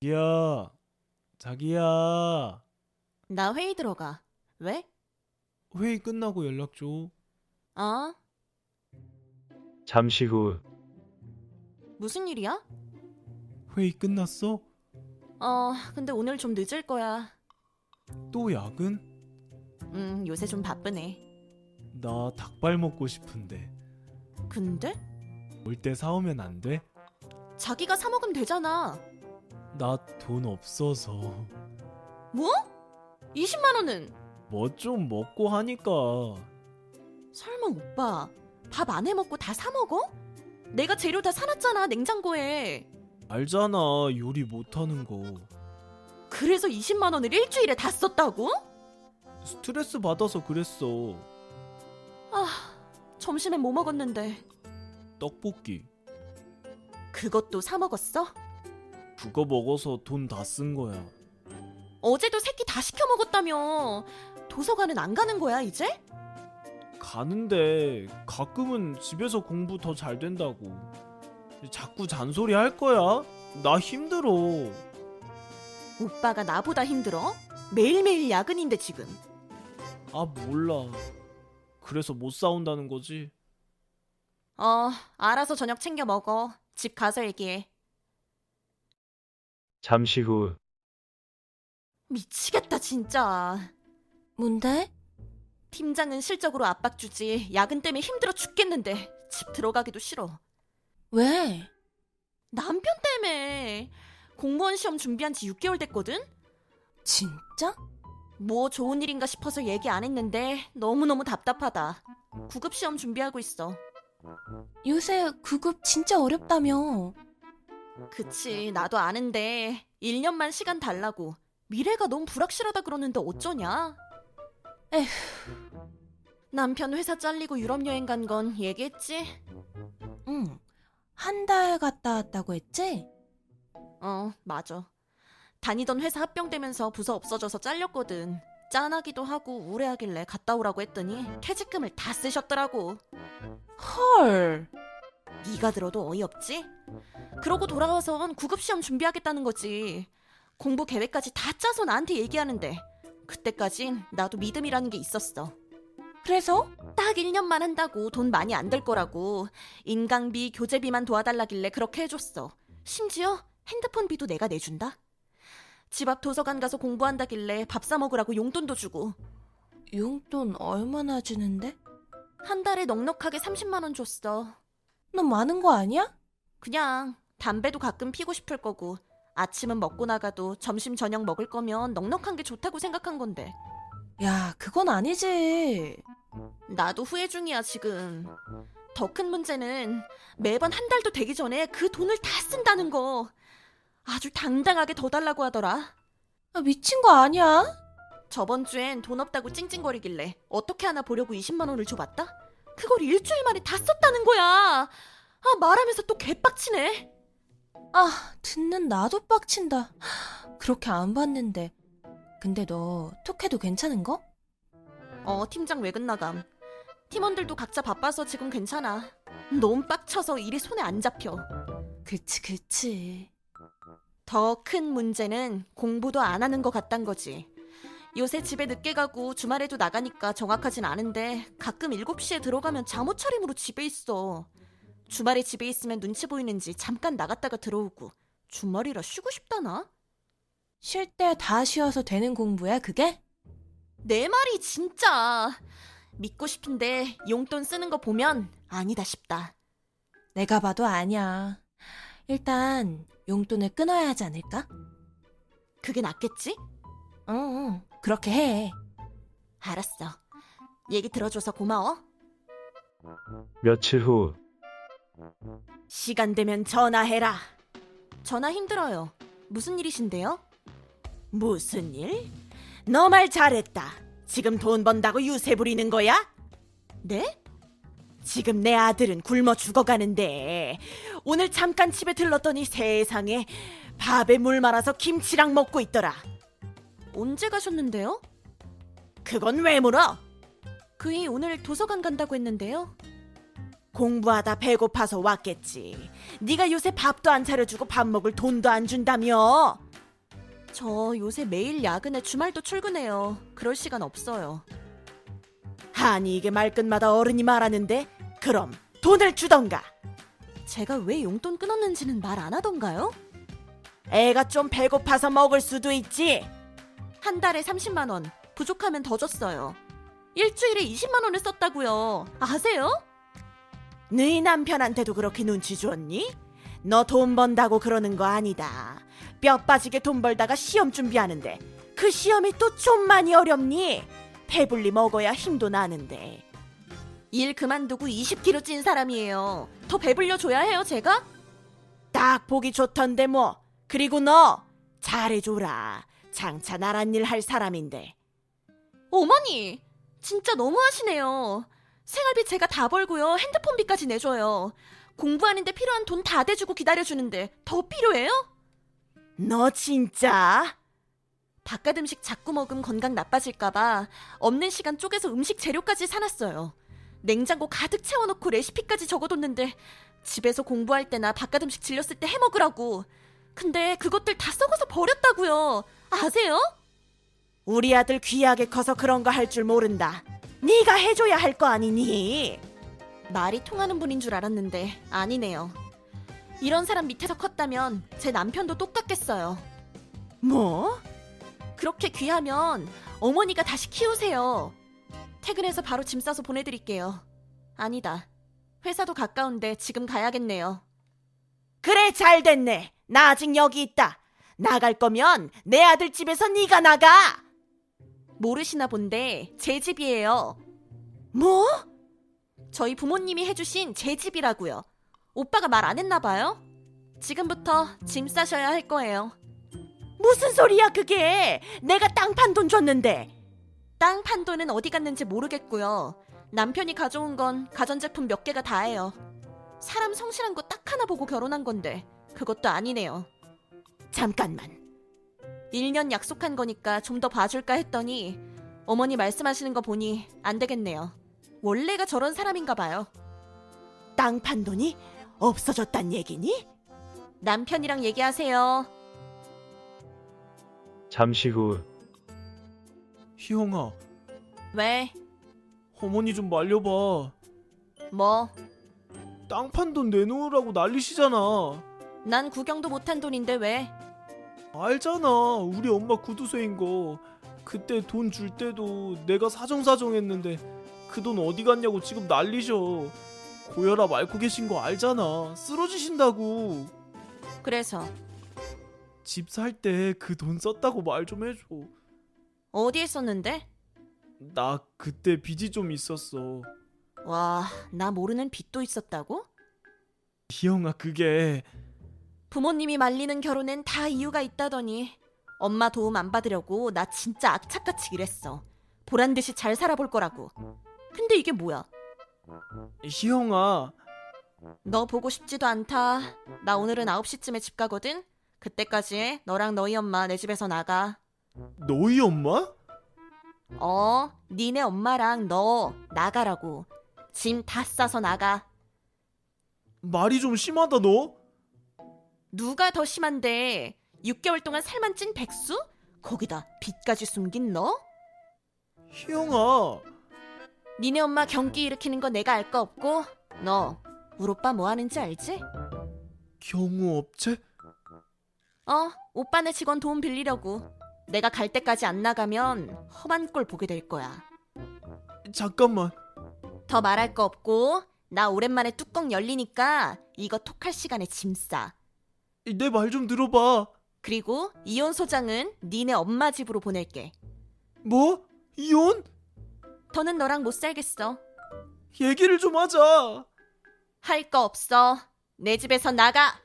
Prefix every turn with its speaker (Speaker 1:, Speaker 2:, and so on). Speaker 1: 자기야, 자기야.
Speaker 2: 나 회의 들어가. 왜?
Speaker 1: 회의 끝나고 연락 줘.
Speaker 2: 어?
Speaker 3: 잠시 후
Speaker 2: 무슨 일이야?
Speaker 1: 회의 끝났어?
Speaker 2: 어, 근데 오늘 좀 늦을 거야.
Speaker 1: 또 야근?
Speaker 2: 음, 요새 좀 바쁘네.
Speaker 1: 나 닭발 먹고 싶은데
Speaker 2: 근데?
Speaker 1: 올 때 사오면 안 돼?
Speaker 2: 자기가 사먹으면 되잖아.
Speaker 1: 나 돈 없어서
Speaker 2: 뭐? 20만원은?
Speaker 1: 뭐 좀 먹고 하니까
Speaker 2: 설마 오빠, 밥 안 해먹고 다 사먹어? 내가 재료 다 사놨잖아, 냉장고에.
Speaker 1: 알잖아 요리 못하는 거
Speaker 2: 그래서 20만원을 일주일에 다 썼다고?
Speaker 1: 스트레스 받아서 그랬어
Speaker 2: 점심엔 뭐 먹었는데.
Speaker 1: 떡볶이
Speaker 2: 그것도 사먹었어?
Speaker 1: 그거 먹어서 돈 다 쓴 거야
Speaker 2: 어제도 새끼 다 시켜 먹었다며. 도서관은 안 가는 거야, 이제?
Speaker 1: 가는데 가끔은 집에서 공부 더 잘 된다고 자꾸 잔소리 할 거야 나 힘들어
Speaker 2: 오빠가 나보다 힘들어? 매일매일 야근인데 지금.
Speaker 1: 아 몰라 그래서 못 싸운다는 거지
Speaker 2: 어, 알아서 저녁 챙겨 먹어. 집 가서 얘기해.
Speaker 3: 잠시 후
Speaker 2: 미치겠다, 진짜.
Speaker 4: 뭔데?
Speaker 2: 팀장은 실적으로 압박 주지. 야근 때문에 힘들어 죽겠는데. 집 들어가기도 싫어.
Speaker 4: 왜?
Speaker 2: 남편 때문에. 공무원 시험 준비한 지 6개월 됐거든?
Speaker 4: 진짜?
Speaker 2: 뭐 좋은 일인가 싶어서 얘기 안 했는데 너무너무 답답하다. 구급 시험 준비하고 있어.
Speaker 4: 요새 구급 진짜 어렵다며.
Speaker 2: 그치, 나도 아는데 1년만 시간 달라고. 미래가 너무 불확실하다 그러는데 어쩌냐?
Speaker 4: 에휴.
Speaker 2: 남편 회사 잘리고 유럽 여행 간 건 얘기했지?
Speaker 4: 응. 한 달 갔다 왔다고 했지?
Speaker 2: 어, 맞아. 다니던 회사 합병되면서 부서 없어져서 잘렸거든. 짠하기도 하고 우울해하길래 갔다 오라고 했더니 퇴직금을 다 쓰셨더라고.
Speaker 4: 헐.
Speaker 2: 네가 들어도 어이없지? 그러고 돌아와선 구급시험 준비하겠다는 거지. 공부 계획까지 다 짜서 나한테 얘기하는데 그때까진 나도 믿음이라는 게 있었어.
Speaker 4: 그래서?
Speaker 2: 딱 1년만 한다고 돈 많이 안 들 거라고 인강비, 교재비만 도와달라길래 그렇게 해줬어. 심지어 핸드폰비도 내가 내준다. 집 앞 도서관 가서 공부한다길래 밥 사 먹으라고 용돈도 주고
Speaker 4: 용돈 얼마나 주는데?
Speaker 2: 한 달에 넉넉하게 30만 원 줬어.
Speaker 4: 넌 많은 거 아니야?
Speaker 2: 그냥 담배도 가끔 피고 싶을 거고 아침은 먹고 나가도 점심 저녁 먹을 거면 넉넉한 게 좋다고 생각한 건데
Speaker 4: 야, 그건 아니지.
Speaker 2: 나도 후회 중이야 지금. 더 큰 문제는 매번 한 달도 되기 전에 그 돈을 다 쓴다는 거. 아주 당당하게 더 달라고 하더라.
Speaker 4: 아, 미친 거 아니야?
Speaker 2: 저번 주엔 돈 없다고 찡찡거리길래 어떻게 하나 보려고 20만 원을 줘봤다? 그걸 일주일 만에 다 썼다는 거야. 아 말하면서 또 개빡치네.
Speaker 4: 아, 듣는 나도 빡친다. 그렇게 안 봤는데. 근데 너 톡해도 괜찮은 거?
Speaker 2: 어 팀장 외근 나감. 팀원들도 각자 바빠서 지금 괜찮아. 너무 빡쳐서 일이 손에 안 잡혀.
Speaker 4: 그치, 그치.
Speaker 2: 더 큰 문제는 공부도 안 하는 것 같단 거지. 요새 집에 늦게 가고 주말에도 나가니까 정확하진 않은데 가끔 7시에 들어가면 잠옷 차림으로 집에 있어. 주말에 집에 있으면 눈치 보이는지 잠깐 나갔다가 들어오고 주말이라 쉬고 싶다나?
Speaker 4: 쉴 때 다 쉬어서 되는 공부야, 그게?
Speaker 2: 내 말이 진짜 믿고 싶은데 용돈 쓰는 거 보면 아니다 싶다.
Speaker 4: 내가 봐도 아니야. 일단 용돈을 끊어야 하지 않을까?
Speaker 2: 그게 낫겠지?
Speaker 4: 응, 응. 어, 그렇게 해.
Speaker 2: 알았어. 얘기 들어줘서 고마워.
Speaker 3: 며칠 후
Speaker 2: 시간 되면 전화해라. 전화 힘들어요. 무슨 일이신데요? 무슨 일? 너 말 잘했다. 지금 돈 번다고 유세 부리는 거야? 네? 지금 내 아들은 굶어 죽어가는데 오늘 잠깐 집에 들렀더니 세상에 밥에 물 말아서 김치랑 먹고 있더라. 언제 가셨는데요? 그건 왜 물어? 그이 오늘 도서관 간다고 했는데요. 공부하다 배고파서 왔겠지. 네가 요새 밥도 안 차려주고 밥 먹을 돈도 안 준다며. 저 요새 매일 야근에 주말도 출근해요. 그럴 시간 없어요. 아니 이게 말끝마다 어른이 말하는데 그럼 돈을 주던가. 제가 왜 용돈 끊었는지는 말 안 하던가요? 애가 좀 배고파서 먹을 수도 있지. 한 달에 30만 원 부족하면 더 줬어요. 일주일에 20만 원을 썼다고요. 아세요? 네 남편한테도 그렇게 눈치 줬니? 너 돈 번다고 그러는 거 아니다. 뼈 빠지게 돈 벌다가 시험 준비하는데 그 시험이 또 좀 많이 어렵니? 배불리 먹어야 힘도 나는데. 일 그만두고 20kg 찐 사람이에요. 더 배불려 줘야 해요, 제가? 딱 보기 좋던데 뭐. 그리고 너 잘해줘라. 장차 나란 일 할 사람인데. 어머니, 진짜 너무하시네요. 생활비 제가 다 벌고요. 핸드폰비까지 내줘요. 공부하는데 필요한 돈 다 대주고 기다려주는데 더 필요해요? 너 진짜? 바깥 음식 자꾸 먹음 건강 나빠질까봐 없는 시간 쪼개서 음식 재료까지 사놨어요. 냉장고 가득 채워놓고 레시피까지 적어뒀는데 집에서 공부할 때나 바깥 음식 질렸을 때 해먹으라고. 근데 그것들 다 썩어서 버렸다고요. 아세요? 우리 아들 귀하게 커서 그런 거 할 줄 모른다. 네가 해줘야 할 거 아니니? 말이 통하는 분인 줄 알았는데 아니네요. 이런 사람 밑에서 컸다면 제 남편도 똑같겠어요. 뭐? 그렇게 귀하면 어머니가 다시 키우세요. 퇴근해서 바로 짐 싸서 보내드릴게요. 아니다. 회사도 가까운데 지금 가야겠네요. 그래 잘 됐네. 나 아직 여기 있다. 나갈 거면 내 아들 집에서 네가 나가. 모르시나 본데 제 집이에요. 뭐? 저희 부모님이 해주신 제 집이라고요. 오빠가 말 안 했나 봐요? 지금부터 짐 싸셔야 할 거예요. 무슨 소리야 그게? 내가 땅 판 돈 줬는데. 땅 판 돈은 어디 갔는지 모르겠고요. 남편이 가져온 건 가전제품 몇 개가 다예요. 사람 성실한 거 딱 하나 보고 결혼한 건데 그것도 아니네요. 잠깐만. 1년 약속한 거니까 좀 더 봐줄까 했더니 어머니 말씀하시는 거 보니 안 되겠네요. 원래가 저런 사람인가 봐요. 땅 판 돈이 없어졌단 얘기니? 남편이랑 얘기하세요.
Speaker 3: 잠시 후.
Speaker 1: 희영아,
Speaker 2: 왜?
Speaker 1: 어머니 좀 말려봐.
Speaker 2: 뭐?
Speaker 1: 땅 판 돈 내놓으라고 난리시잖아.
Speaker 2: 난 구경도 못한 돈인데 왜?
Speaker 1: 알잖아, 우리 엄마 구두쇠인 거. 그때 돈 줄 때도 내가 사정사정했는데 그 돈 어디 갔냐고 지금 난리셔. 고혈압 앓고 계신 거 알잖아. 쓰러지신다고.
Speaker 2: 그래서
Speaker 1: 집 살 때 그 돈 썼다고 말 좀 해줘.
Speaker 2: 어디에 썼는데?
Speaker 1: 나 그때 빚이 좀 있었어.
Speaker 2: 와, 나 모르는 빚도 있었다고?
Speaker 1: 희영아, 그게
Speaker 2: 부모님이 말리는 결혼엔 다 이유가 있다더니 엄마 도움 안 받으려고 나 진짜 악착같이 일했어. 보란 듯이 잘 살아볼 거라고. 근데 이게 뭐야?
Speaker 1: 희영아.
Speaker 2: 너 보고 싶지도 않다. 나 오늘은 9시쯤에 집 가거든. 그때까지 너랑 너희 엄마 내 집에서 나가.
Speaker 1: 너희 엄마?
Speaker 2: 어, 니네 엄마랑 너 나가라고. 짐 다 싸서 나가.
Speaker 1: 말이 좀 심하다 너.
Speaker 2: 누가 더 심한데 6개월 동안 살만 찐 백수? 거기다 빚까지 숨긴 너?
Speaker 1: 희영아.
Speaker 2: 니네 엄마 경기 일으키는 거 내가 알 거 없고 너 우리 오빠 뭐 하는지 알지?
Speaker 1: 경우 업체?
Speaker 2: 어 오빠네 직원 도움 빌리려고 내가 갈 때까지 안 나가면 험한 꼴 보게 될 거야
Speaker 1: 잠깐만.
Speaker 2: 더 말할 거 없고 나 오랜만에 뚜껑 열리니까 이거 톡할 시간에 짐 싸
Speaker 1: 내 말 좀 들어봐.
Speaker 2: 그리고 이혼 소장은 니네 엄마 집으로 보낼게
Speaker 1: 뭐? 이혼?
Speaker 2: 더는 너랑 못 살겠어
Speaker 1: 얘기를 좀 하자.
Speaker 2: 할 거 없어 내 집에서 나가